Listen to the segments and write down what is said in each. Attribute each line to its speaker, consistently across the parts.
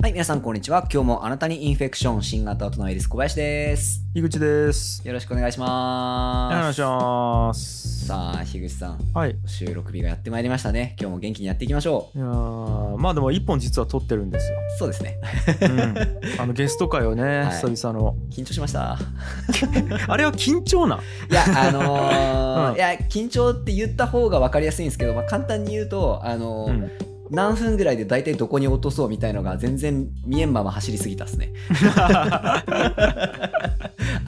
Speaker 1: はい、皆さんこんにちは。今日もあなたにインフェクション新型整えです小林です。
Speaker 2: 井口です。
Speaker 1: よろしくお願いしま
Speaker 2: お
Speaker 1: す。
Speaker 2: 願いします。
Speaker 1: さあ、樋口さん、
Speaker 2: はい。い
Speaker 1: 収録日がやってまいりましたね。今日も元気にやっていきましょ
Speaker 2: やーまあでも一本実は撮ってるんです よ
Speaker 1: う。。そうですね。
Speaker 2: あのゲスト会をね、
Speaker 1: はい
Speaker 2: 久々の。
Speaker 1: 緊張しました。
Speaker 2: あれは緊張なん。
Speaker 1: い や、あのー
Speaker 2: うん
Speaker 1: いや、緊張って言った方が分かりやすいんですけど、まあ、簡単に言うと、あのー
Speaker 2: うん
Speaker 1: 何分ぐらいで大体どこに落とそうみたいのが全然見えんまま走りすぎたっすね。 あ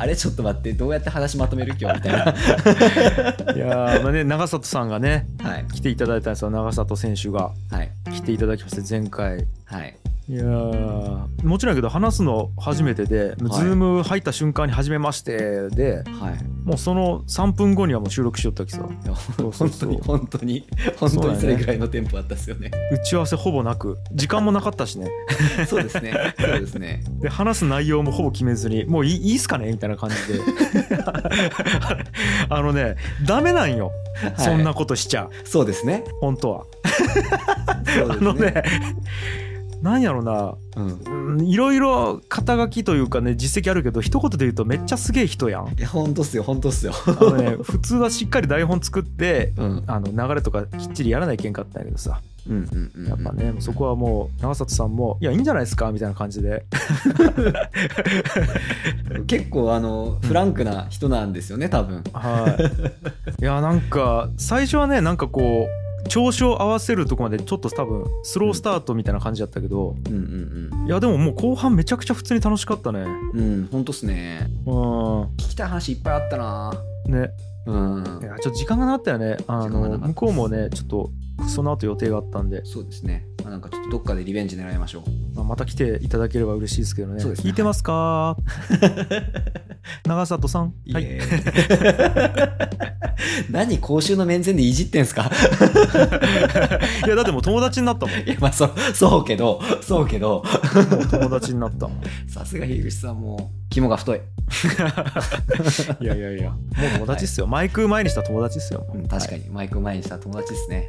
Speaker 1: れちょっと待って、どうやって話まとめる今日みたい な。
Speaker 2: いやーまあね、長里さんがね、
Speaker 1: はい。
Speaker 2: 来ていただいたんですよ。長里選手が
Speaker 1: はい。
Speaker 2: 来ていただきまして、前回。
Speaker 1: はい。
Speaker 2: いやーもちろんやけど話すの初めてで、ズーム入った瞬間に初めましてで、
Speaker 1: はい。
Speaker 2: もうその3分後にはもう収録しよったわけですよ。
Speaker 1: いや
Speaker 2: そうそう
Speaker 1: 本当
Speaker 2: そう
Speaker 1: に本当に本
Speaker 2: そう
Speaker 1: 当
Speaker 2: だ
Speaker 1: に
Speaker 2: ね
Speaker 1: それぐらいのテンポあったっすよね。
Speaker 2: 打ち合わせほぼなく、時間もなかったしね。
Speaker 1: そうですね。そうですね。
Speaker 2: で話す内容もほぼ決めずにもういいいいっすかねみたいな感じで あのねダメなんよ、
Speaker 1: はい
Speaker 2: そんなことしちゃ
Speaker 1: そうですね。
Speaker 2: 本当は
Speaker 1: そうで
Speaker 2: あ
Speaker 1: す
Speaker 2: のね。なんやろな
Speaker 1: うん。
Speaker 2: うんいろいろ肩書きというかね実績あるけど一言で言うとめっちゃすげえ人やん
Speaker 1: いや本当っすよ本当っすよ。
Speaker 2: あの、 ね、普通はしっかり台本作って
Speaker 1: うん
Speaker 2: あの流れとかきっちりやらないけんかったんやけどさ
Speaker 1: うんうんうん。
Speaker 2: やっぱ。ね、そこはもう長里さんも「いやいいんじゃないですか」みたいな感じで
Speaker 1: 結構あのフランクな人なんですよね多分。
Speaker 2: はい。いやなんか最初はねなんかこう調子を合わせるとこまでちょっと多分スロースタートみたいな感じだったけど、
Speaker 1: うんうん
Speaker 2: いやでももう後半めちゃくちゃ普通に楽しかったね。
Speaker 1: うん。うん本当っすね。
Speaker 2: うん。
Speaker 1: 聞きたい話いっぱいあったな。
Speaker 2: ね。
Speaker 1: うん
Speaker 2: い。やちょっと時間がなかったよね。あ
Speaker 1: 時間がなかった
Speaker 2: の向こうもねちょっとその後予定があったんで、
Speaker 1: そうですね。まあなんかちょっとどっかでリベンジ狙いましょう。
Speaker 2: まあ、また来ていただければ嬉しいですけどね。
Speaker 1: そうですね
Speaker 2: 聞いてます か？長里さん。
Speaker 1: いい
Speaker 2: はい。
Speaker 1: ね 何公衆の面前でいじってんすか。
Speaker 2: いやだってもう友達になったもん。
Speaker 1: いやまあそうそうけどそうけど。
Speaker 2: もう友達になったもん。
Speaker 1: さすが樋口さんもう肝が太い、
Speaker 2: いやいやいや。もう友達っすよ。マイク前にした友達っすよ。
Speaker 1: 確かにマイクを前にした友達ですね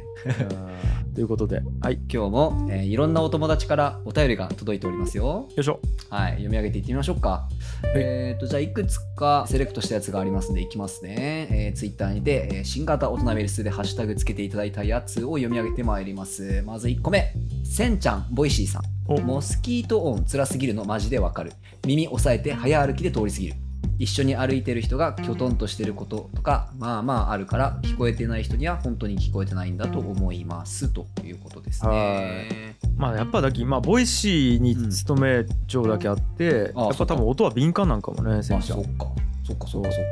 Speaker 2: ということで、はい、よ
Speaker 1: 今日も、えーいろんなお友達からお便りが届いておりますよ
Speaker 2: いしょ。
Speaker 1: はい読み上げていってみましょうかえっ、とじゃあいくつかセレクトしたやつがありますんでいきますね、えー、Twitter にて、えー新型大人メルスでハッシュタグつけていただいたやつを読み上げてまいりますまず1個目せんちゃんボイシーさん
Speaker 2: お
Speaker 1: モスキート音辛すぎるのマジでわかる耳押さえて早歩きで通り過ぎる一緒に歩いてる人がきょとんとしてることとかまあまああるから聞こえてない人には本当に聞こえてないんだと思いますということですね
Speaker 2: まあやっぱだっき、まあ、ボイシーに勤めちょうだけあって、
Speaker 1: あ
Speaker 2: やっ
Speaker 1: そ
Speaker 2: ぱ
Speaker 1: っか
Speaker 2: 多分音は敏感なんかもね、せ
Speaker 1: あ
Speaker 2: んちゃ
Speaker 1: そっ
Speaker 2: ん。
Speaker 1: かそっかそっかそっ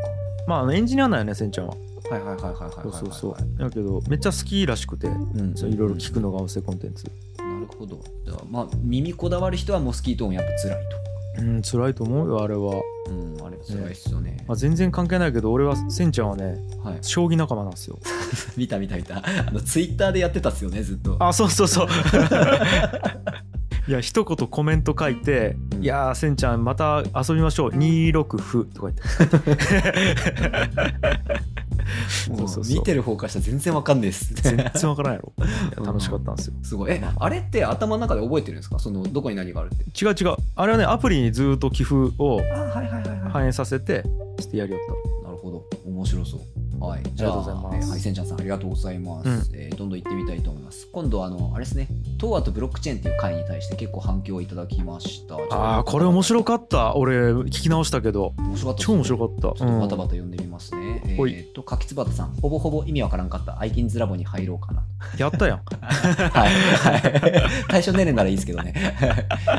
Speaker 2: まああのエンジニアなんやね、せんちゃんは。
Speaker 1: かはいはいはいはいはいはい
Speaker 2: そう
Speaker 1: はい
Speaker 2: そうそう
Speaker 1: はい。
Speaker 2: だけど、めっちゃ好きらしくて、
Speaker 1: うん
Speaker 2: そういろいろ聞くのが音声コンテンツ。
Speaker 1: なるほどではまあ耳こだわる人はモスキート音やっぱ辛い
Speaker 2: うん、辛いと思うよ、あれは。
Speaker 1: とうんあれ辛いっすよね
Speaker 2: まあ、全然関係ないけど、俺はせんちゃんはね、
Speaker 1: はい
Speaker 2: 将棋仲間なんですよ。
Speaker 1: 見た見た見たあのツイッターでやってたっすよねずっと
Speaker 2: あ、そうそうそう。 いや一言コメント書いて「
Speaker 1: うん
Speaker 2: いやーせんちゃんまた遊びましょう26歩」とか言って
Speaker 1: も
Speaker 2: そうそうそう
Speaker 1: 見てる方からしたら全然わかんないです
Speaker 2: 全然わからんやろいや楽しかったんですよ
Speaker 1: すごい。え、あれって頭の中で覚えてるんですかその、どこに何があるって。
Speaker 2: 違う違うあれはねアプリにずっと寄付を
Speaker 1: あ、はいはいはいはい。
Speaker 2: 反映させてしてやりよっ
Speaker 1: なるほど。面白そう。はい。じゃあ、
Speaker 2: ありがとうございます
Speaker 1: えはい、せんちゃんさん、ありがとうございます。
Speaker 2: うん
Speaker 1: えーどんどん行ってみたいと思います。今度、あの、あれですね、東亜とブロックチェーンっていう回に対して結構反響をいただきました。
Speaker 2: たああーこれ面白かった俺聞き直したけど
Speaker 1: 面白かった。
Speaker 2: 超面白かった
Speaker 1: ちょっとバタバ
Speaker 2: タ
Speaker 1: タ読んでみますね。え
Speaker 2: ほい
Speaker 1: ーっと、かきつばたさん、ほぼほぼ意味わからんかった。アイキンズラボに入ろうかな。
Speaker 2: やった やん
Speaker 1: はい。はい。対象年齢ならいいですけどね。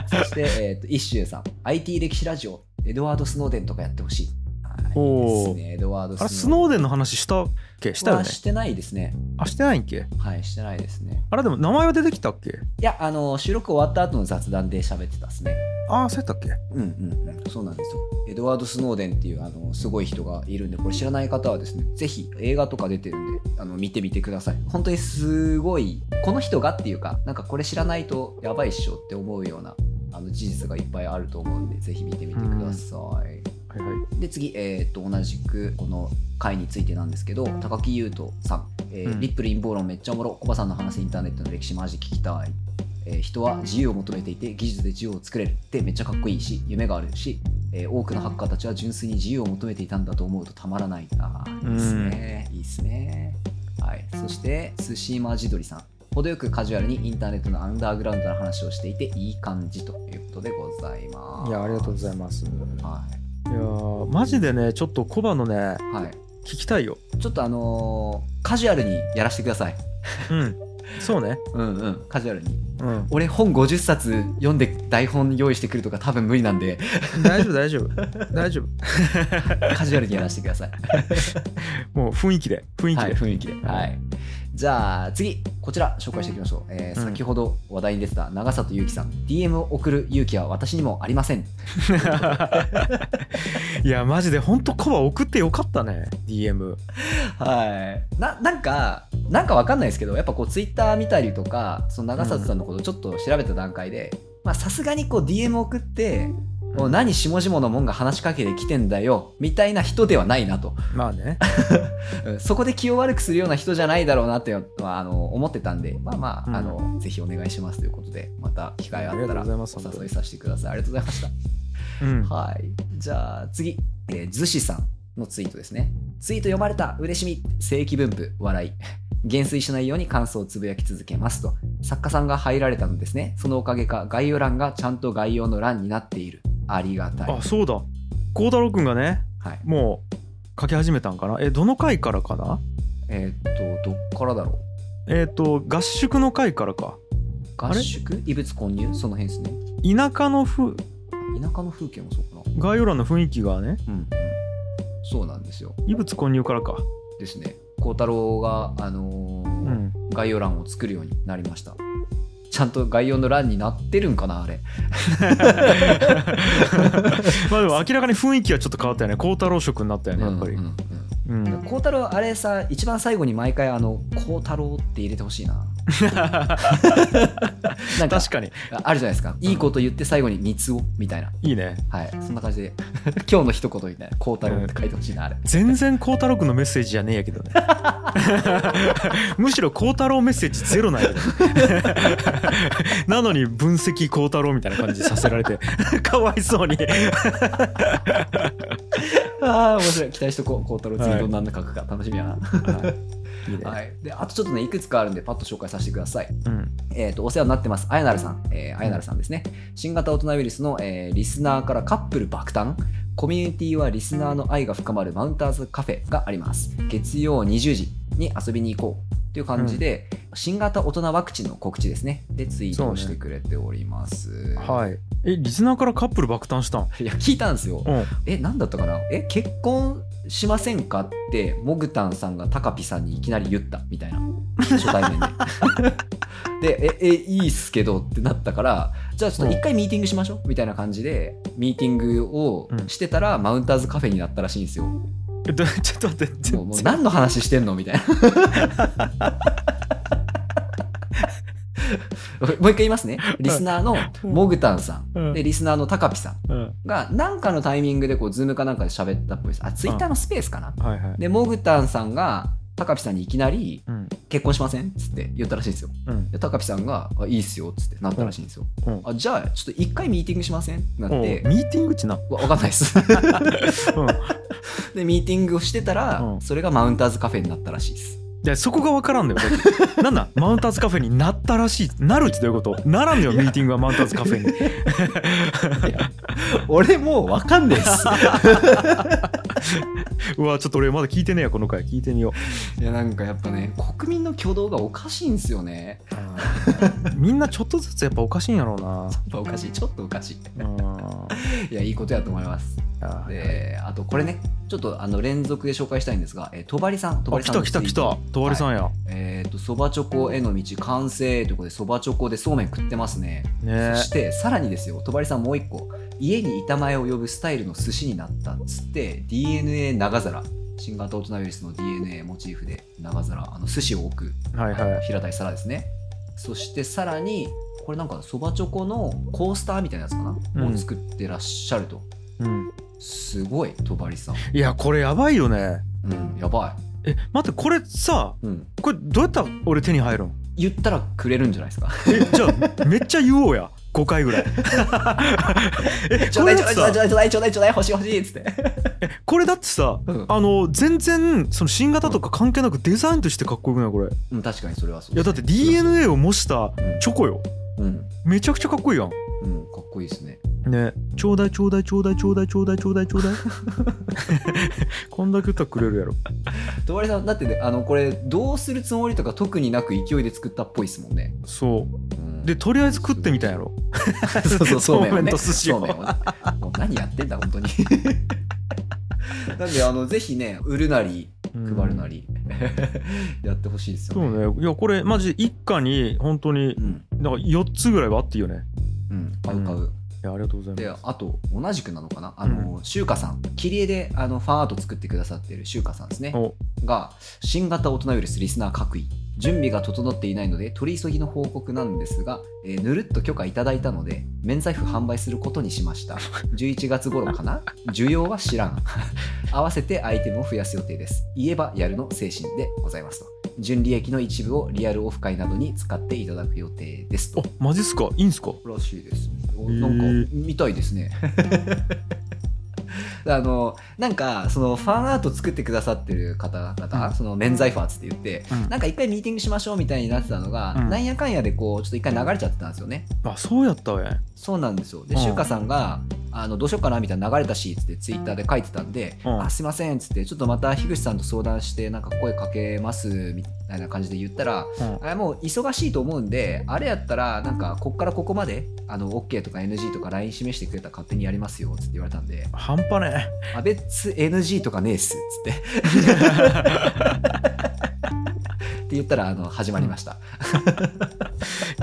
Speaker 1: そして、えっ、と、イッシューさん。IT 歴史ラジオ、エドワード・スノーデンとかやってほしい。はい、いい
Speaker 2: おー
Speaker 1: ですね。エドワード・
Speaker 2: あれスノ
Speaker 1: ー
Speaker 2: ーデンの話したっけしたよ
Speaker 1: は
Speaker 2: ね
Speaker 1: してないですね。
Speaker 2: あしてないんけ
Speaker 1: はい、してないですね。
Speaker 2: あれでも名前は出てきたっけ
Speaker 1: いや、あの、収録終わった後の雑談で喋ってたですね。
Speaker 2: ああそうやったっけ
Speaker 1: うんうんうん、そうなんですよ。エドワード・スノーデンっていうあのすごい人がいるんで、これ知らない方はですね、ぜひ映画とか出てるんで、あの見てみてください。本当にすごい、この人がっていうか、なんかこれ知らないとやばいっしょって思うようなあの事実がいっぱいあると思うんで、ぜひ見てみてください。
Speaker 2: はいはい
Speaker 1: で次、えー、と同じくこの回についてなんですけど高木優斗さん、えー
Speaker 2: うん
Speaker 1: リップル陰謀論めっちゃおもろコバさんの話インターネットの歴史マジ聞きたい」えー人は自由を求めていて技術で自由を作れるってめっちゃかっこいいし夢があるし、えー多くのハッカーたちは純粋に自由を求めていたんだと思うとたまらないあーいいですね、いいですねはいそして寿司マジドリさん程よくカジュアルにインターネットのアンダーグラウンドの話をしていていい感じということでございます
Speaker 2: いやありがとうございますい
Speaker 1: は
Speaker 2: やーマジでねちょっとコバのね
Speaker 1: い、はい、
Speaker 2: 聞きたいよ
Speaker 1: ちょっとあのーカジュアルにやらせてください
Speaker 2: うんそうね
Speaker 1: うんうんカジュアルに
Speaker 2: うん
Speaker 1: 俺本50冊読んで台本用意してくるとか多分無理なん で
Speaker 2: 大丈夫大丈夫大丈夫
Speaker 1: カジュアルにやらせてください
Speaker 2: もう雰囲気で雰囲気
Speaker 1: はい、
Speaker 2: で、
Speaker 1: 雰囲気で、はい、じゃあ次こちら紹介していきましょう、えー
Speaker 2: うん
Speaker 1: 先ほど話題に出てた長里ゆうきさん DM を送る勇気は私にもありません
Speaker 2: い、やマジでほんとコバ送ってよかったね DM
Speaker 1: はいななんかなんかわかんないですけどやっぱこうツイッター見たりとかその長里さんのことをちょっと調べた段階でまあさすがにこう DM 送って「もう何しもじものもんが話しかけてきてんだよ」みたいな人ではないなと
Speaker 2: まあね
Speaker 1: うんそこで気を悪くするような人じゃないだろうなっていうのはあの思ってたんで、まあまあ、
Speaker 2: うん
Speaker 1: あのぜひお願いしますということで、また機会あ
Speaker 2: あり
Speaker 1: った
Speaker 2: がとう
Speaker 1: ら
Speaker 2: ございます
Speaker 1: お誘いさせてください。ありがとうございました。
Speaker 2: うん
Speaker 1: はい。じゃあ次、えーズシさんのツイートですね。ツイート読まれた、嬉しみ、正規分布、笑い。減衰しないように感想をつぶやき続けますと。作家さんが入られたのですね。そのおかげか、概要欄がちゃんと概要の欄になっている。ありがたい。
Speaker 2: あそうだ孝太郎くんがね
Speaker 1: はい。
Speaker 2: もう書き始めたんかなえどの回からかな
Speaker 1: えーっと、どっからだろう。
Speaker 2: えっ、と合宿の回からか
Speaker 1: 合宿異物混入その辺ですね。
Speaker 2: 田舎のふ
Speaker 1: 田舎の風景もそうかな。
Speaker 2: 概要欄の雰囲気がね
Speaker 1: うんうん、そうなんですよ
Speaker 2: 異物混入からか
Speaker 1: ですね孝太郎が、あのー
Speaker 2: うん
Speaker 1: 概要欄を作るようになりましたちゃんと概要の欄になってるんかなあれ
Speaker 2: まあでも明らかに雰囲気はちょっと変わったよね孝太郎色になったよねやっぱり
Speaker 1: うんうん
Speaker 2: うん、
Speaker 1: うん孝太郎あれさ一番最後に毎回あの「孝太郎」って入れてほしい ななんか
Speaker 2: 確かに
Speaker 1: あるじゃないですかいいこと言って最後に「三つを」みたいない
Speaker 2: いね
Speaker 1: はいそんな感じで 「今日の一言」みたいな「孝太郎」って書いてほしいなあれ
Speaker 2: 全然孝太郎くんのメッセージじゃねえや けどねむしろ孝太郎メッセージゼロなんやけどねなのに分析孝太郎みたいな感じさせられてかわいそうに
Speaker 1: ああ面白い期待しとこう孝太郎次どんなんの書くか楽しみやな、
Speaker 2: いいね、
Speaker 1: はい、であとちょっとねいくつかあるんでパッと紹介させてください、
Speaker 2: うん
Speaker 1: えー、とお世話になってますあやなるさん、えー、あやなるさんですね新型大人ウイルスの、えーリスナーからカップル爆誕コミュニティはリスナーの愛が深まるマウンターズカフェがあります月曜20時に遊びに行こうという感じで、新型大人ワクチンの告知ですねでツイートをしてくれております、
Speaker 2: はいえリスナーからカップル爆誕したん
Speaker 1: いや聞いたんですよ
Speaker 2: うん
Speaker 1: え何だったかなえ結婚しませんかってモグタンさんがタカピさんにいきなり言ったみたいな初対面 ででええいいっすけどってなったからじゃあちょっと一回ミーティングしましょうみたいな感じでミーティングをしてたら、マウンターズカフェになったらしいんですよも
Speaker 2: えどちょっと待って全
Speaker 1: うもう
Speaker 2: 然
Speaker 1: 何の話してんのみたいな もう一回言いますねリスナーのモグタンさ
Speaker 2: うんん
Speaker 1: でリスナーのタカピさん
Speaker 2: うん
Speaker 1: が何かのタイミングでこうズームかなんかで喋ったっぽいですあツイッターのスペースかな、
Speaker 2: はいはい
Speaker 1: でモグタンさんが高ピさんにいきなり
Speaker 2: うん
Speaker 1: 「結婚しません?」っつって言ったらしいんですよ
Speaker 2: うん
Speaker 1: で高ピさんがあ「いいっすよ」っつってなったらしいんですよ、
Speaker 2: うんうん
Speaker 1: あじゃあちょっと一回ミーティングしませんってな
Speaker 2: おう
Speaker 1: って、
Speaker 2: ミーティング地な、
Speaker 1: わわかんないです
Speaker 2: うん、
Speaker 1: でミーティングをしてたら、
Speaker 2: うん
Speaker 1: それがマウンターズカフェになったらしいです
Speaker 2: いやそこが分からんだよだってなんだマウンターズカフェになったらしいなるってどういうことならんのよミーティングはマウンターズカフェに
Speaker 1: 俺もうわかんないです
Speaker 2: うわちょっと俺まだ聞いてねえやこの回聞いてみよ
Speaker 1: いやなんかやっぱね国民の挙動がおかしいんですよね
Speaker 2: うみんなちょっとずつやっぱおかしいんやろう な
Speaker 1: やっぱおかしいちょっとおかしい
Speaker 2: うん
Speaker 1: いやいいことやと思います
Speaker 2: あ
Speaker 1: であとこれねちょっとあの連続で紹介したいんですが、えー、とばりさんとば
Speaker 2: あ
Speaker 1: り
Speaker 2: 来
Speaker 1: さんの
Speaker 2: た来た
Speaker 1: ツイ
Speaker 2: 来
Speaker 1: ート
Speaker 2: たとわりさんや、
Speaker 1: えっ、とそばチョコへの道完成ということでそばチョコでそうめん食ってますね
Speaker 2: ね
Speaker 1: そしてさらにですよとばりさんもう一個家に板前を呼ぶスタイルの寿司になったっつって DNA 長皿新型大人ウイルスの DNA モチーフで長皿あの寿司を置く
Speaker 2: はいはい
Speaker 1: 平たい皿ですねそしてさらにこれなんかそばチョコのコースターみたいなやつかな、
Speaker 2: うん
Speaker 1: を作ってらっしゃると
Speaker 2: うん
Speaker 1: すごいとばりさん
Speaker 2: いやこれやばいよね
Speaker 1: うんやばい
Speaker 2: え待ってこれさ
Speaker 1: うん、
Speaker 2: これどうやったら俺手に入るん
Speaker 1: い言ったらくれるんじゃないですか
Speaker 2: えじゃあ めっちゃ言おうや5回ぐらい え
Speaker 1: ちょ
Speaker 2: こ
Speaker 1: うだ
Speaker 2: れ
Speaker 1: い
Speaker 2: だ
Speaker 1: ち
Speaker 2: っ
Speaker 1: ょ
Speaker 2: て
Speaker 1: うだいちょう
Speaker 2: さ
Speaker 1: だいちょうだいちょうだい欲しい欲しいっつって
Speaker 2: これだってさ
Speaker 1: うん
Speaker 2: あの全然その新型とか関係なくデザインとしてかっこよくないこれい
Speaker 1: うん確かにそれはそう
Speaker 2: やだって DNA を模したチョコよ
Speaker 1: うん
Speaker 2: めちゃくちゃかっこいいやん
Speaker 1: うんかっこいいですね
Speaker 2: ねちょうだいちょうだいちょうだいちょうだいちょうだいち ょうだいちょうだいこんだけ言ったらくれるやろ
Speaker 1: とわりさんだってねあのこれどうするつもりとか特になく勢いで作ったっぽいですもんね、
Speaker 2: そう
Speaker 1: うん
Speaker 2: でとりあえず食ってみたんやろ
Speaker 1: そうそうそうめんを
Speaker 2: そうめん
Speaker 1: ね
Speaker 2: と寿司を
Speaker 1: そうめんをねもう何やってんだ 本当になんであのぜひね売るなり配るなり やってほしいですよ
Speaker 2: そ
Speaker 1: ね
Speaker 2: うねいやこれマジ一家に本当に
Speaker 1: うん
Speaker 2: なんか4つぐらいはあっていいよね
Speaker 1: うん買う買う、
Speaker 2: ういやありがとうござい
Speaker 1: で
Speaker 2: ま
Speaker 1: あと同じくなのかなあの、シュウカさん切り絵であのファンアート作ってくださってるシュウカさんですね
Speaker 2: すお
Speaker 1: が新型大人ウイルスリスナー各位準備が整っていないので取り急ぎの報告なんですが、えーぬるっと許可いただいたので免罪符販売することにしま した11月頃かな需要は知らん合わせてアイテムを増やす予定です言えばやるの精神でございますと純利益の一部をリアルオフ会などに使っていただく予定ですと
Speaker 2: あマジっすかいいんすから
Speaker 1: しいです。お
Speaker 2: へー
Speaker 1: なんか見たいですね。 あのなんかそのファンアート作ってくださってる方々、
Speaker 2: うん
Speaker 1: その免罪ファーツって言って、
Speaker 2: うん
Speaker 1: なんか一回ミーティングしましょうみたいになってたのが、
Speaker 2: うん
Speaker 1: なんやかんやでこうちょっと一回流れちゃってたんですよね。
Speaker 2: あそうやったわね
Speaker 1: そうなんですよ。
Speaker 2: う
Speaker 1: で、
Speaker 2: ん
Speaker 1: しゅうかさんが、あの、どうしようかなみたいな流れたし、つってツイッターで書いてたんで、
Speaker 2: うん
Speaker 1: あ、すいません、つって、ちょっとまた樋口さんと相談して、なんか声かけます、みたいな感じで言ったら、
Speaker 2: うん
Speaker 1: あもう忙しいと思うんで、あれやったら、なんか、こっからここまで、あの、OK とか NG とか LINE 示してくれたら勝手にやりますよ、つって言われたんで、
Speaker 2: 半端 ね
Speaker 1: あ、別 NG とかねえっす、つって。 って言ったら、あの、始まりました。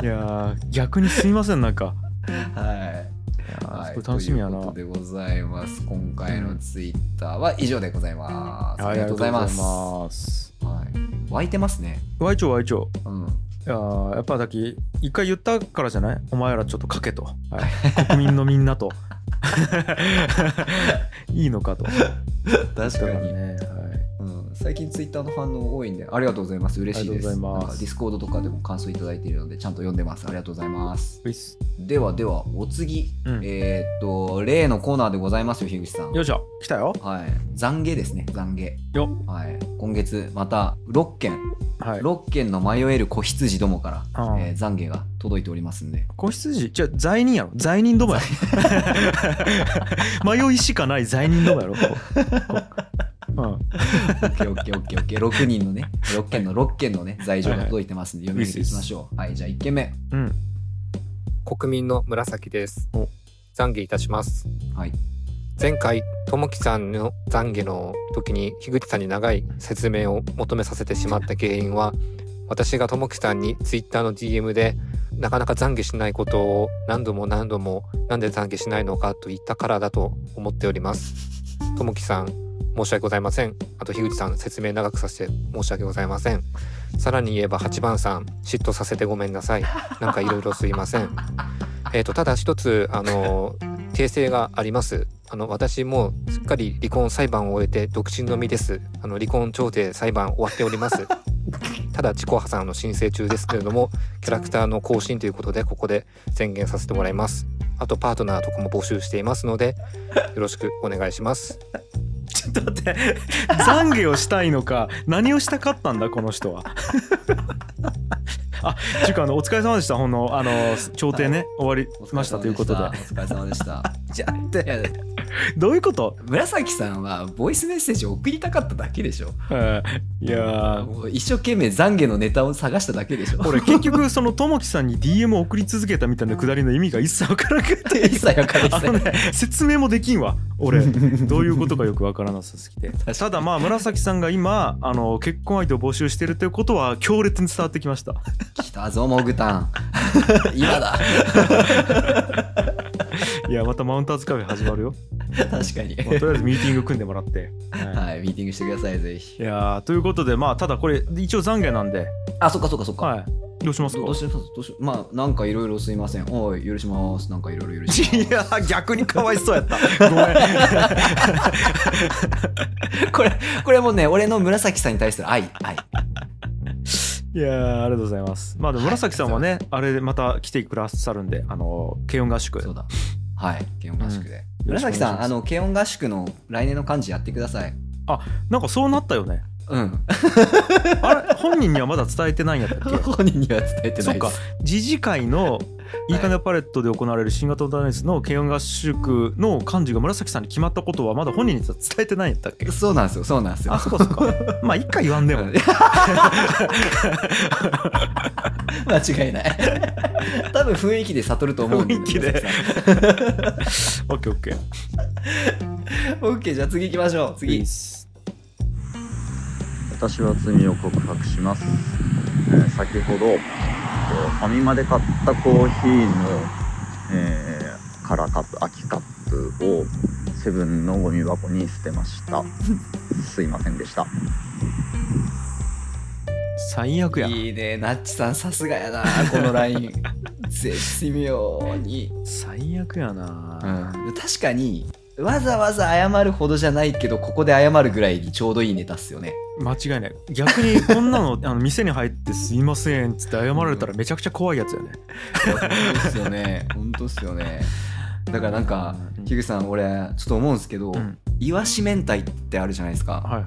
Speaker 2: えいやー逆にすみませんなんか
Speaker 1: はい。
Speaker 2: いやー
Speaker 1: はい、
Speaker 2: すごい楽しみやな
Speaker 1: ということでございます。今回のツイッターは以上でございます。
Speaker 2: は
Speaker 1: ありがとうございます。
Speaker 2: ありがとうございます
Speaker 1: はい、湧いてますね。
Speaker 2: ワイチョワイチョ
Speaker 1: うん。
Speaker 2: いやーやっぱさっき一回言ったからじゃないお前らちょっとかけと、はい、国民のみんなと いいのかと
Speaker 1: 確
Speaker 2: だからね、はい、
Speaker 1: うん、最近ツイッターの反応多いんで、ありがとうございます。嬉しいです。
Speaker 2: ありがとうございます
Speaker 1: なんかディスコードとかでも感想いただいているので、ちゃんと読んでます。ありがとうございます。
Speaker 2: ういっす
Speaker 1: ではでは、お次、
Speaker 2: うん
Speaker 1: えーっと、例のコーナーでございますよ、樋口さん。
Speaker 2: よいしょ来たよ
Speaker 1: はい、懺悔ですね、懺悔。
Speaker 2: よ
Speaker 1: はい、今月また6件
Speaker 2: はい
Speaker 1: 6件の迷える子羊どもから、
Speaker 2: うん
Speaker 1: えー懺悔が届いておりますんで
Speaker 2: 子羊じゃあ罪人やろ罪人どもやろ 迷いしかない罪人どもやろこ うこ
Speaker 1: 6人のね6件の6件のね罪状が届いてますんで
Speaker 2: はい
Speaker 1: 読み上げていきましょうはいじゃあ1件目
Speaker 2: ううん、うん、
Speaker 3: 国民の紫です
Speaker 2: お
Speaker 3: 懺悔いたします
Speaker 1: はい
Speaker 3: 前回ともきさんの懺悔の時に樋口さんに長い説明を求めさせてしまった原因は私がともきさんにツイッターの DM でなかなか懺悔しないことを何度も何度もなんで懺悔しないのかと言ったからだと思っておりますともきさん申し訳ございませんあと樋口さん説明長くさせて申し訳ございませんさらに言えば8番さん嫉妬させてごめんなさいなんかいろいろすいませんえっ、とただ一つあの訂正があります。あの私もうすっかり離婚裁判を終えて独身の身です。あの離婚調停裁判終わっております。ただ自己破産の申請中ですけれども、キャラクターの更新ということでここで宣言させてもらいます。あとパートナーとかも募集していますので、よろしくお願いします。
Speaker 2: ちょっと待って懺悔をしたいのか何をしたかったんだこの人はあちゅうかあのお疲れ様でしたほんのあの調停ね、終わりましたということで
Speaker 1: お疲れ様でした
Speaker 2: じゃあっ
Speaker 1: お疲れ様でしたいや
Speaker 2: どういうこと、
Speaker 1: 紫さんはボイスメッセージを送りたかっただけでしょ
Speaker 2: えーいやー
Speaker 1: もう一生懸命懺悔のネタを探しただけでしょ
Speaker 2: 俺結局そのともきさんに DM を送り続けたみたいなくだりの意味が一切わからなくて
Speaker 1: 一切わかりま
Speaker 2: あ
Speaker 1: せ
Speaker 2: の
Speaker 1: ん
Speaker 2: ね説明もできんわ俺どういうことかよくわからなさすぎて
Speaker 1: に
Speaker 2: ただまあ紫さんが今あの結婚相手を募集してるということは強烈に伝わってきました
Speaker 1: 来たぞモグタ ン今だ
Speaker 2: いやまたマウンターズカフェ始まるよ、
Speaker 1: 確かに
Speaker 2: まあとりあえずミーティング組んでもらって、は
Speaker 1: はいミーティングしてくださいぜひ
Speaker 2: い、いやーということでまあただこれ一応懺悔なんで
Speaker 1: あそっかそっかそっか、
Speaker 2: はいどうしますか
Speaker 1: どうしますどうしまあなんかいろいろすいませんおい許しますなんかいろいろ許 します
Speaker 2: やー逆にかわいそうやった ごめん
Speaker 1: これこれもね俺の紫さんに対する愛愛
Speaker 2: いやーありがとうございます。まあでも紫さんはね、あれでまた来てくださるんで、あの軽音合宿。
Speaker 1: そうだ。はい、軽音合宿で。
Speaker 2: う
Speaker 1: 紫さん、
Speaker 2: んよろしくお願いします
Speaker 1: あの、軽音合宿の来年の漢字やってください。
Speaker 2: なんかそうなったよね。
Speaker 1: うん。
Speaker 2: あれ本人にはまだ伝えてないんやった っけ。
Speaker 1: 本人には伝えて
Speaker 2: そ
Speaker 1: な
Speaker 2: っ
Speaker 1: い
Speaker 2: か
Speaker 1: です。
Speaker 2: 自治会のいいかねパレットで行われる新型ダンスの軽音合宿の幹事が紫さんに決まったことはまだ本人に伝えてないんやったっけ
Speaker 1: そそうなんですよ、そうなんですよ
Speaker 2: あ。そこそこ まあ一回言わんでも
Speaker 1: 間違いない。 多分雰囲気で悟ると思うんで。
Speaker 2: 雰囲気で
Speaker 1: 紫さん
Speaker 2: オッケーオッケー
Speaker 1: オッケー、じゃあ次行きましょう。次。
Speaker 4: 私は罪を告白します、えー先ほどえーファミマで買ったコーヒーの、えーカラーカップ空きカップをセブンのゴミ箱に捨てましたすいませんでした
Speaker 2: 最悪や
Speaker 1: いいね、ナッチさん、さすがやな、このライ ン。絶妙に。
Speaker 2: 最悪やな、
Speaker 1: うん、確かに、わざわざ謝るほどじゃないけど、ここで謝るぐらいにちょうどいいネタっすよね。
Speaker 2: 間違いない逆にこんなの あの店に入って「すいません」っつって謝られたらめちゃくちゃ怖いやつやね、
Speaker 1: いや 本当っすよね本当っすよねだからなんか
Speaker 2: うん
Speaker 1: 樋口さん俺ちょっと思うんですけど、
Speaker 2: うん
Speaker 1: イワシ明太ってあるじゃないですか
Speaker 2: はいはい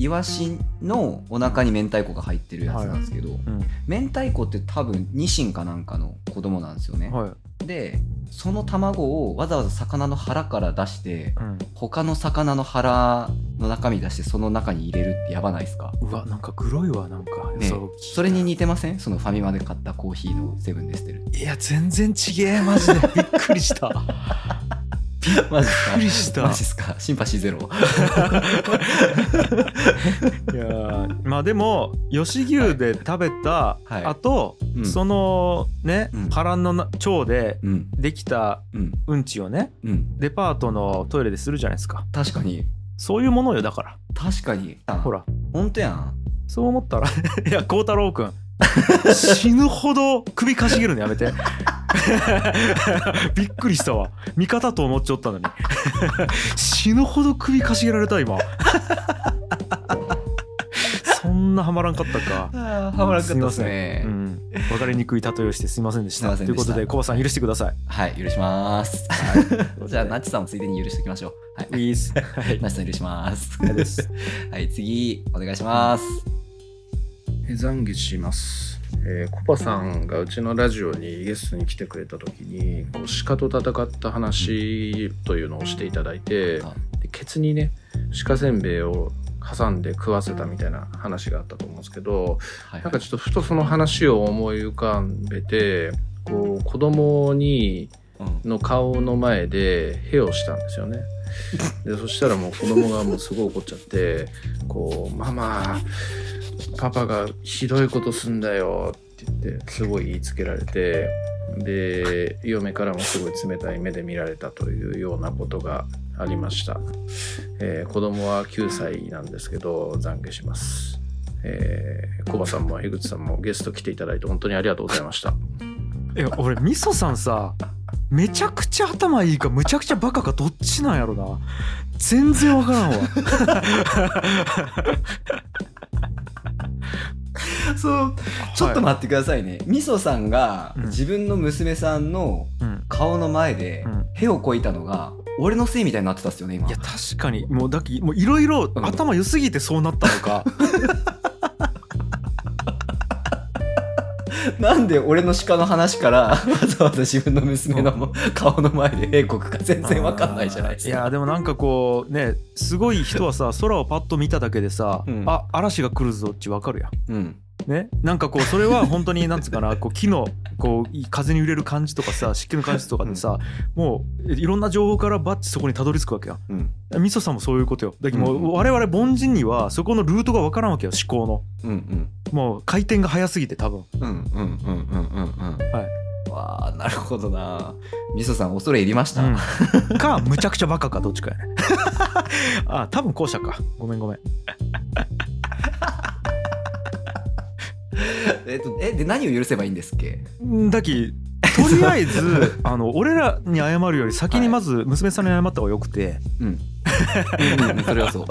Speaker 1: イワシのお腹に明太子が入ってるやつなんですけど、
Speaker 2: うん
Speaker 1: 明太子って多分ニシンかなんかの子供なんですよね、
Speaker 2: はい
Speaker 1: でその卵をわざわざ魚の腹から出して
Speaker 2: うん
Speaker 1: 他の魚の腹の中身出してその中に入れるってやばないですか
Speaker 2: うわなんかグロいわなんか、
Speaker 1: ね
Speaker 2: そう聞いた
Speaker 1: それに似てませんそのファミマで買ったコーヒーのセブンで捨てる
Speaker 2: いや全然ちげ えマジでびっくりしたびっ
Speaker 1: マジっ
Speaker 2: くりした
Speaker 1: マジっすかシンパシーゼロ
Speaker 2: いやーまあでも吉牛で食べた
Speaker 1: はい
Speaker 2: あと、
Speaker 1: うん
Speaker 2: そのね、
Speaker 1: うん
Speaker 2: 腹のな腸で
Speaker 1: うん
Speaker 2: できた
Speaker 1: うん
Speaker 2: うんちをね
Speaker 1: うん
Speaker 2: デパートのトイレでするじゃないですか
Speaker 1: 確かに
Speaker 2: そういうものよだから
Speaker 1: 確かに
Speaker 2: ほ
Speaker 1: ら
Speaker 2: ら
Speaker 1: 本当やん
Speaker 2: そう思ったら いや孝太郎 君死ぬほど首かしげるのやめて びっくりしたわ味方と思っちゃったのに 死ぬほど首かしげられた 今そんなハマらんかったか
Speaker 1: あはまらんかったです
Speaker 2: す
Speaker 1: ね
Speaker 2: いませんうん、分かりにくい例えをしてすいませんでし
Speaker 1: すい
Speaker 2: た
Speaker 1: ません
Speaker 2: とい
Speaker 1: で
Speaker 2: う
Speaker 1: した
Speaker 2: ことでコバさん許してください
Speaker 1: はい許しますじゃあナッチさんもついでに許しておきましょうは
Speaker 2: ウ
Speaker 1: い
Speaker 2: ィースはい
Speaker 1: ナッチさん許します
Speaker 2: 嫌です
Speaker 1: はい次お願いします
Speaker 5: え懺悔します、えーコパさんがうちのラジオにゲストに来てくれた時にこう鹿と戦った話というのをしていただいてで
Speaker 1: あ
Speaker 5: ケツにね鹿せんべいを挟んで食わせたみたいな話があったと思うんですけど
Speaker 1: はい
Speaker 5: なんかちょっとふとその話を思い浮かべてこう子供に
Speaker 1: うん
Speaker 5: の顔の前でヘをしたんですよね。でそしたらもう子供がもうすごい怒っちゃってこう「ママパパがひどいことすんだよ」って言ってすごい言いつけられてで嫁からもすごい冷たい目で見られたというようなことがありました、えー子供は9歳なんですけど懺悔しますえー、コバさんも江口さんもゲスト来ていただいて本当にありがとうございました
Speaker 2: え俺みそさんさめちゃくちゃ頭いいかむちゃくちゃバカかどっちなんやろな全然わからんわ
Speaker 1: そうちょっと待ってくださいねみそさんが
Speaker 2: うん
Speaker 1: 自分の娘さんの
Speaker 2: うん
Speaker 1: 顔の前で
Speaker 2: うん
Speaker 1: 屁をこいたのが俺のせいみたいになってたっすよね今
Speaker 2: いや確かにもうだっけもういろいろ
Speaker 1: うん
Speaker 2: 頭良すぎてそうなったのか
Speaker 1: なんで俺の鹿の話から わざわざ自分の娘の顔の前で英国か 全然わかんないじゃないです
Speaker 2: い
Speaker 1: か。
Speaker 2: やでもなんかこうねすごい人は さ空をパッと見ただけでさ、
Speaker 1: うん
Speaker 2: あ嵐が来るぞっちわかるやん
Speaker 1: うん、
Speaker 2: ね、なんかこうそれは本当になんつうかなこう木のこうい風に揺れる感じと かさ湿気の感じとかでさ、もういろんな情報からバッチそこにたどり着くわけや
Speaker 1: うん、
Speaker 2: んみそさんもそういうことよだけども
Speaker 1: うんうん
Speaker 2: う我々凡人にはそこのルートが分からんわけよ思考の
Speaker 1: うん、
Speaker 2: もう回転が早すぎて多分
Speaker 1: うん、うん、うん、うん、うん、うん、うん。。
Speaker 2: はい
Speaker 1: わあ、なるほどな。みそさん、恐れ入りました。
Speaker 2: うんかむちゃくちゃバカかどっちかやね あ多分後者かごめんごめん
Speaker 1: えっと、え、で、何を許せばいいんですっけ。
Speaker 2: んだきとり あえずあの俺らに謝るより先にまず娘さんに謝った方がよくて、
Speaker 1: うんうん それはそう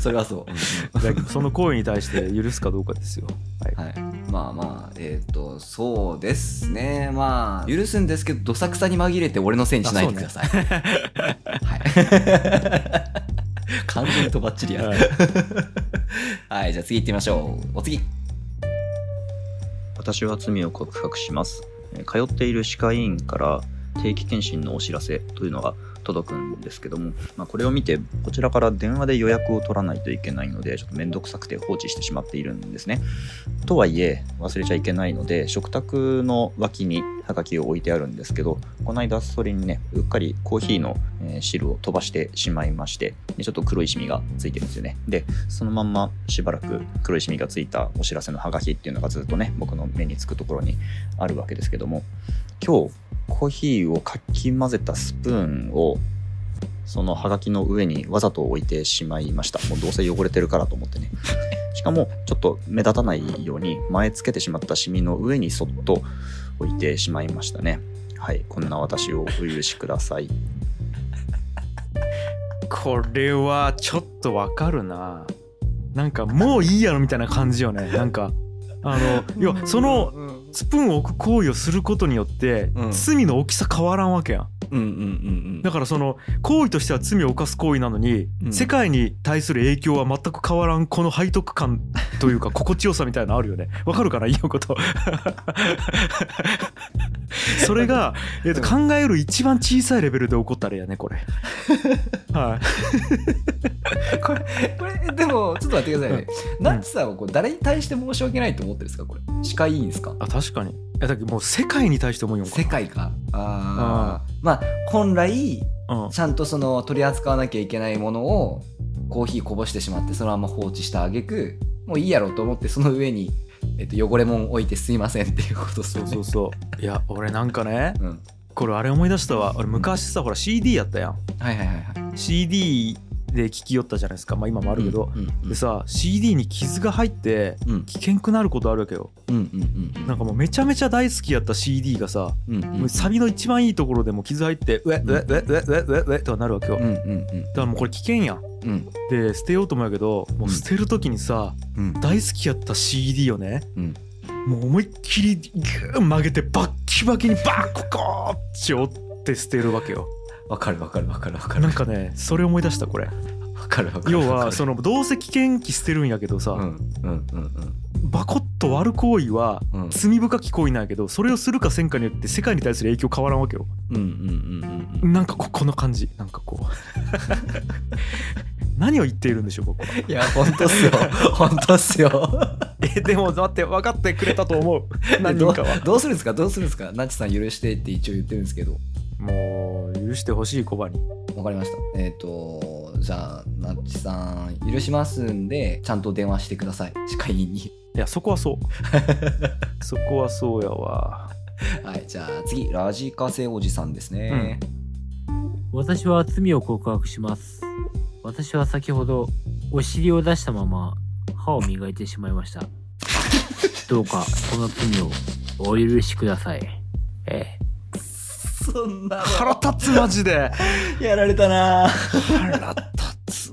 Speaker 1: それはそう
Speaker 2: だけどその行為に対して許すかどうかですよ。
Speaker 1: はい、まあまあえっ、とそうですねまあ許すんですけどどさくさに紛れて俺のせいにしないでください、はい 完全とばっちりや
Speaker 2: は
Speaker 1: る
Speaker 2: い
Speaker 1: はいじゃあ次行ってみましょうお次
Speaker 4: 私は罪を告白しますえー通っている歯科医院から定期検診のお知らせというのが届くんですけども、まあ、これを見てこちらから電話で予約を取らないといけないのでちょっと面倒くさくて放置してしまっているんですねとはいえ忘れちゃいけないので食卓の脇にハガキを置いてあるんですけどこの間それにねうっかりコーヒーのえー汁を飛ばしてしまいましてでちょっと黒いシミがついてるんですよねでそのまんましばらく黒いシミがついたお知らせのハガキっていうのがずっとね僕の目につくところにあるわけですけども今日コーヒーをかき混ぜたスプーンをそのハガキの上にわざと置いてしまいましたもうどうせ汚れてるからと思ってね しかもちょっと目立たないように前つけてしまったシミの上にそっと置いてしまいましたねはいこんな私をお許しください
Speaker 2: これはちょっとわかるな。なんかもういいやろみたいな感じよね。なんかあのいやそのスプーンを置く行為をすることによって
Speaker 1: うん
Speaker 2: 罪の大きさ変わらんわけやん。
Speaker 1: うんうんうん
Speaker 2: だからその行為としては罪を犯す行為なのに、
Speaker 1: うん
Speaker 2: 世界に対する影響は全く変わらんこの背徳感というか心地よさみたいなのあるよねわかるかな言うこと それが、えっと考える一番小さいレベルで起こったらやねこ れは
Speaker 1: これこれでもちょっと待ってくださいね、ナッツさんはこう誰に対して申し訳ないと思ってるんですかこれ歯科医院ですか
Speaker 2: いあ確かにいやだけどもう世界に対して思いよ
Speaker 1: 世界かああまあ本来
Speaker 2: うん
Speaker 1: ちゃんとその取り扱わなきゃいけないものをコーヒーこぼしてしまってそのまま放置した挙句もういいやろうと思ってその上に、えっと、汚れ物置いてすいませんっていうことです
Speaker 2: そ
Speaker 1: よ
Speaker 2: う
Speaker 1: ね
Speaker 2: そうそういや俺なんかね
Speaker 1: うん、
Speaker 2: これあれ思い出したわ俺昔さほら CD やったやん
Speaker 1: はいはいはいはい
Speaker 2: CD で聴きよったじゃないですかまあ今もあるけど、
Speaker 1: うんうん
Speaker 2: でさ CD に傷が入って
Speaker 1: うん
Speaker 2: 危険くなることあるわけよ
Speaker 1: うんうんうん
Speaker 2: なんかもうめちゃめちゃ大好きやった CD がさ
Speaker 1: うんうん
Speaker 2: もうサビの一番いいところでもう傷入って「うえうえうえうえうえうえうえ」とかなるわけよ
Speaker 1: う
Speaker 2: だ
Speaker 1: んうんうん
Speaker 2: からもうこれ危険やん
Speaker 1: うん
Speaker 2: で捨てようと思うんやけどもう捨てる時にさ
Speaker 1: うん
Speaker 2: 大好きやった CD をね
Speaker 1: うん
Speaker 2: もう思いっきりギューン曲げてバッキバキにバッココーって折って捨てるわけよ
Speaker 1: わかるわかるわかるわかる
Speaker 2: なん
Speaker 1: わ
Speaker 2: かねそれ思い出したこれ
Speaker 1: かるわかる
Speaker 2: 要
Speaker 1: わか
Speaker 2: は
Speaker 1: る
Speaker 2: そのどうせ危険期捨てるんやけどさ、
Speaker 1: うんうんうん
Speaker 2: バコッと割る行為は
Speaker 1: うんうん
Speaker 2: 罪深き行為なんやけどそれをするかせんかによって世界に対する影響変わらんわけよ
Speaker 1: うんうんうんうん
Speaker 2: なんかここの感じなんかこ う何を言っているんでしょう僕は
Speaker 1: いや本当っ すよ本当っすよ
Speaker 2: えでも待って分かってくれたと思う何
Speaker 1: ど
Speaker 2: 人
Speaker 1: う
Speaker 2: かは
Speaker 1: どうするんですかどうするんですかナッチさん許してって一応言ってるんですけど
Speaker 2: もう許してほしいコバに
Speaker 1: わかりました。えっ、と、じゃあ、なっちさん、許しますんで、ちゃんと電話してください。歯科医院に。
Speaker 2: いやそこは そうそこはそうやわ
Speaker 1: はい、じゃあ次、ラジカセおじさんですね。
Speaker 6: 私は罪を告白します。私は先ほどお尻を出したまま歯を磨いてしまいました。どうかこの罪をお許しください。ええ。
Speaker 1: そんな
Speaker 2: 腹立つマジで
Speaker 1: の、やられたなぁ
Speaker 2: 腹立つ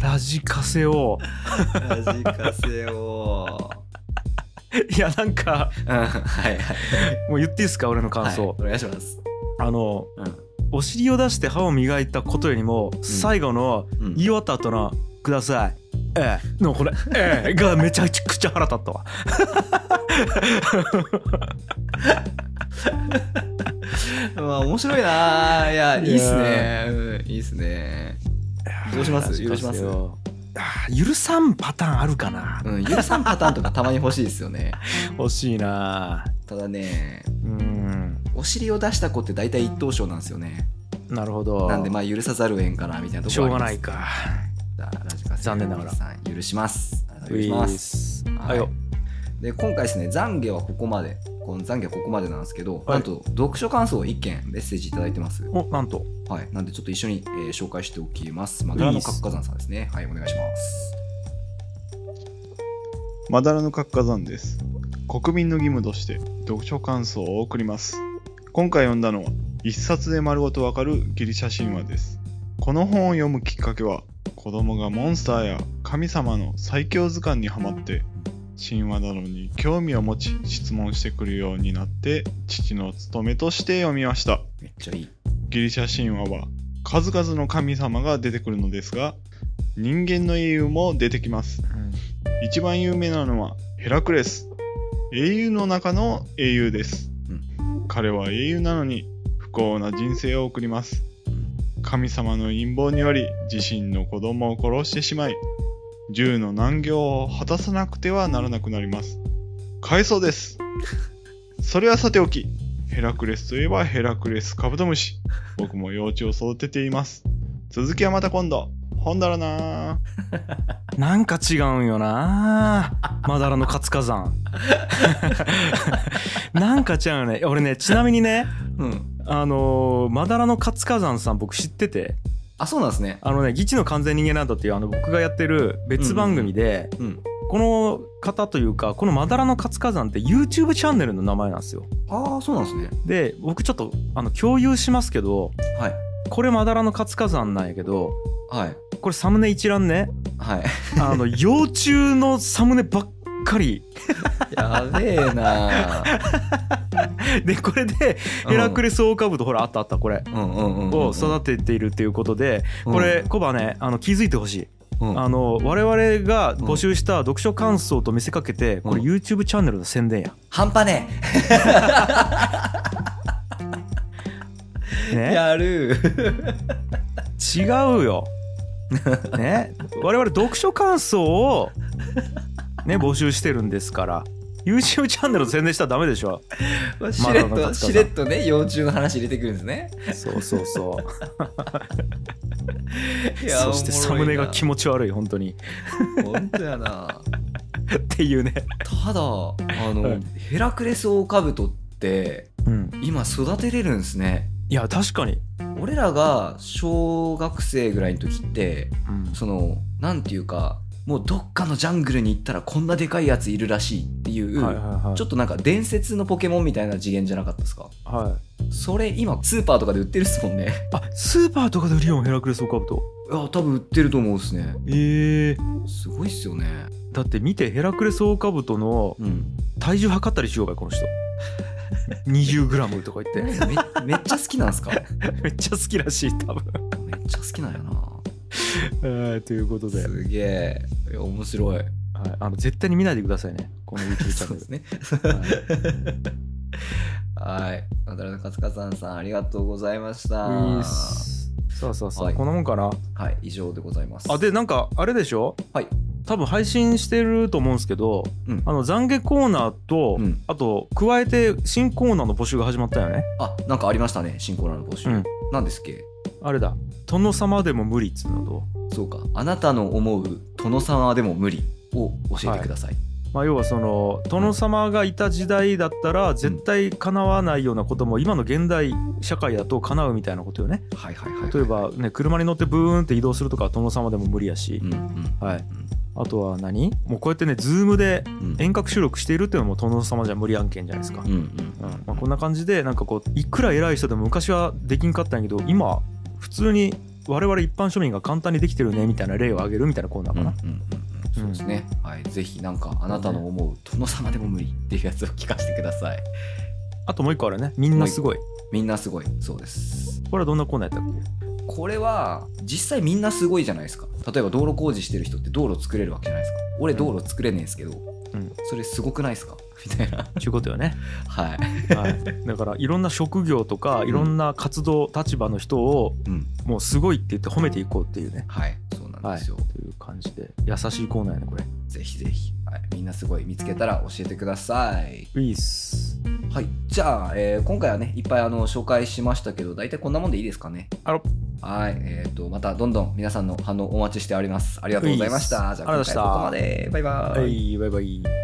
Speaker 2: ラジカセを
Speaker 1: ラジカセを。
Speaker 2: いやなんか
Speaker 1: うん、 はいはい。
Speaker 2: もう言っていいですか俺の感想、
Speaker 1: はいお願いします。
Speaker 2: あの
Speaker 1: う
Speaker 2: お尻を出して歯を磨いたことよりも最後の
Speaker 1: ん。うん
Speaker 2: 言い終わった後の「ください」ええのこれ「ええ」がめちゃくちゃ腹立ったわ
Speaker 1: まあ、面白いなぁいや、い
Speaker 2: いや
Speaker 1: いっすね。うん、いいっすね。どうします許します
Speaker 2: あー許さんパターンあるかな
Speaker 1: うん、許さんパターンとかたまに欲しいですよね。
Speaker 2: 欲しいな
Speaker 1: ただね、
Speaker 2: うん
Speaker 1: お尻を出した子って大体一等賞なんですよね。
Speaker 2: なるほど
Speaker 1: なんでまあ許さざるをえんかなみたいなところ
Speaker 2: しょうがないか
Speaker 1: あります。ラジカセ
Speaker 2: 残念ながら
Speaker 1: さん許します。あなた
Speaker 2: ウ
Speaker 1: 許し
Speaker 2: ィ
Speaker 1: ます。
Speaker 2: ス
Speaker 1: は
Speaker 2: はいいよ
Speaker 1: で今回ですね、懺悔はここまで。この懺悔はここまでなんですけど、
Speaker 2: はい
Speaker 1: なんと読書感想を1件メッセージいただいてます。
Speaker 2: おなんと
Speaker 1: はい。なんでちょっと一緒に、えー紹介しておきます。まだらの角火山さんですね。はい、お願いします。
Speaker 7: まだらの角火山です。国民の義務として読書感想を送ります。今回読んだのは一冊で丸ごとわかるギリシャ神話です。この本を読むきっかけは子供がモンスターや神様の最強図鑑にはまって神話などに興味を持ち質問してくるようになって父の務めとして読みました
Speaker 1: めっちゃいい。
Speaker 7: ギリシャ神話は数々の神様が出てくるのですが人間の英雄も出てきます一番有名なのはヘラクレス英雄の中の英雄です、彼は英雄なのに不幸な人生を送ります神様の陰謀により自身の子供を殺してしまい銃の難行を果たさなくてはならなくなります回想ですそれはさておきヘラクレスといえばヘラクレスカブトムシ僕も幼虫を育てています続きはまた今度ほんだらなー
Speaker 2: なんか違うんよなマダラの活 火山なんか違うよね俺ねちなみにね
Speaker 1: うん。
Speaker 2: あのーマダラの活火山さん僕知ってて
Speaker 1: あ、そうなんですね。
Speaker 2: あのね「ギチの完全人間ランド」っていうあの僕がやってる別番組で、
Speaker 1: うん。
Speaker 2: この方というかこのマダラの活火山って YouTube チャンネルの名前なんですよ
Speaker 1: ああ、そうなんですね。
Speaker 2: で僕ちょっとあの共有しますけど
Speaker 1: はい。
Speaker 2: これマダラの活火山なんやけど
Speaker 1: はい。
Speaker 2: これサムネ一覧ね
Speaker 1: はい。
Speaker 2: あ の幼虫のサムネばっかり
Speaker 1: やべえ なー。
Speaker 2: でこれでヘラクレスオオカブトほらあったあったこれ
Speaker 1: うんうんうんうん。
Speaker 2: を育てているっていうことでこれコバねあの気づいてほしい
Speaker 1: うん、うん
Speaker 2: あの我々が募集した読書感想と見せかけてこれ
Speaker 1: うん
Speaker 2: YouTube チャンネルの宣伝や
Speaker 1: 半端ねえ。
Speaker 2: ね
Speaker 1: や る。
Speaker 2: 違 うよね我々読書感想を ね募集してるんですから YouTube チャンネルの宣伝したらダメでしょ
Speaker 1: しれっ
Speaker 2: まだまだ
Speaker 1: と、しれっとね、幼虫の話入れてくるんです ね。
Speaker 2: そうそうそう
Speaker 1: いや
Speaker 2: そしてサムネが気
Speaker 1: も
Speaker 2: 持ち悪い本当に
Speaker 1: ろいな本当やな。
Speaker 2: っていうね
Speaker 1: ただ、あ
Speaker 2: は
Speaker 1: の
Speaker 2: い、
Speaker 1: ヘラクレスオオカブトって、
Speaker 2: うん
Speaker 1: 今育てれるんですね。
Speaker 2: いや確かに
Speaker 1: 俺らが小学生ぐらいの時って、その、なんていうか、もうどっかのジャングルに行ったらこんなでかいやついるらしいっていう、
Speaker 2: はいはいはい
Speaker 1: ちょっとなんか伝説のポケモンみたいな次元じゃなかったですか
Speaker 2: はい
Speaker 1: それ今スーパーとかで売ってるっすもんね
Speaker 2: あスーパーとかで売りよんヘラクレスオオカブト
Speaker 1: いや多分売ってると思うっすね
Speaker 2: ええ
Speaker 1: すごいっすよね
Speaker 2: だって見てヘラクレスオオカブトの
Speaker 1: うん
Speaker 2: 体重測ったりしようかこの 人 20g とか言っ
Speaker 1: めめっちゃ好きなんすか め
Speaker 2: てめっちゃ好きらしい多分、
Speaker 1: っちゃ好きなんやな
Speaker 2: えーということで、はい、
Speaker 1: すげえいや面白い
Speaker 2: あの絶対に見ないでくださいねこの YouTube チャ
Speaker 1: そ
Speaker 2: ン
Speaker 1: うです
Speaker 2: ネ
Speaker 1: ね
Speaker 2: ル、はい
Speaker 1: はい渡辺勝勝さんさんありがとうございました
Speaker 2: ういっすそうそうそう、
Speaker 1: はい
Speaker 2: こんなもんかな
Speaker 1: はい以上でございます
Speaker 2: あでなんかあれでしょ
Speaker 1: はい
Speaker 2: 多分配信してると思うんですけど
Speaker 1: うん
Speaker 2: あの懺悔コーナーと、
Speaker 1: うん
Speaker 2: あと加えて新コーナーの募集が始まったよね
Speaker 1: あなんかありましたね新コーナーの募集、
Speaker 2: うん
Speaker 1: なんですっけ
Speaker 2: あれだ「殿様でも無理」っつうのと
Speaker 1: そうかあなたの思う殿様でも無理を教えてください、
Speaker 2: まあ、要はその殿様がいた時代だったら絶対叶わないようなことも今の現代社会だと叶うみたいなことよね
Speaker 1: はい、はいはいはい
Speaker 2: 例えばね車に乗ってブーンって移動するとかは殿様でも無理やし
Speaker 1: う、んうん
Speaker 2: はい、あとは何もうこうやってねズームで
Speaker 1: うん
Speaker 2: 遠隔収録しているっていうのも殿様じゃ無理案件じゃないですか、
Speaker 1: う
Speaker 2: う
Speaker 1: んんうん
Speaker 2: まあ、こんな感じでなんかこういくら偉い人でも昔はできんかったんやけど今普通に我々一般庶民が簡単にできてるねみたいな例を挙げるみたいなコーナーかな、
Speaker 1: うんうんうんそうですね、はいぜひなんかあなたの思う殿様でも無理っていうやつを聞かせてください
Speaker 2: あともう一個あるねみんなすごい
Speaker 1: みんなすごいそうです
Speaker 2: これはどんなコーナーやったっけ
Speaker 1: これは実際みんなすごいじゃないですか例えば道路工事してる人って道路作れるわけじゃないですか俺道路作れねえんすけど、
Speaker 2: ん
Speaker 1: それすごくないですかみたいな
Speaker 2: ちゅうことよね
Speaker 1: はい、
Speaker 2: はい、だからいろんな職業とかいろんな活動立場の人を
Speaker 1: うん、
Speaker 2: もうすごいって言って褒めていこうっていうね、
Speaker 1: はいそうなん
Speaker 2: は
Speaker 1: で
Speaker 2: い、
Speaker 1: すよ、
Speaker 2: という感じで優しいコーナーやねこれ
Speaker 1: ぜひぜひ、はい、みんなすごい見つけたら教えてください
Speaker 2: ウィス
Speaker 1: はいじゃあ、えー今回はねいっぱいあの紹介しましたけど大体こんなもんでいいですかね
Speaker 2: あら
Speaker 1: はいえー、とまたどんどん皆さんの反応お待ちしておりますありがとうございました
Speaker 2: ういっす
Speaker 1: じゃあ今回はここまでバイバイ、
Speaker 2: はいバイバイ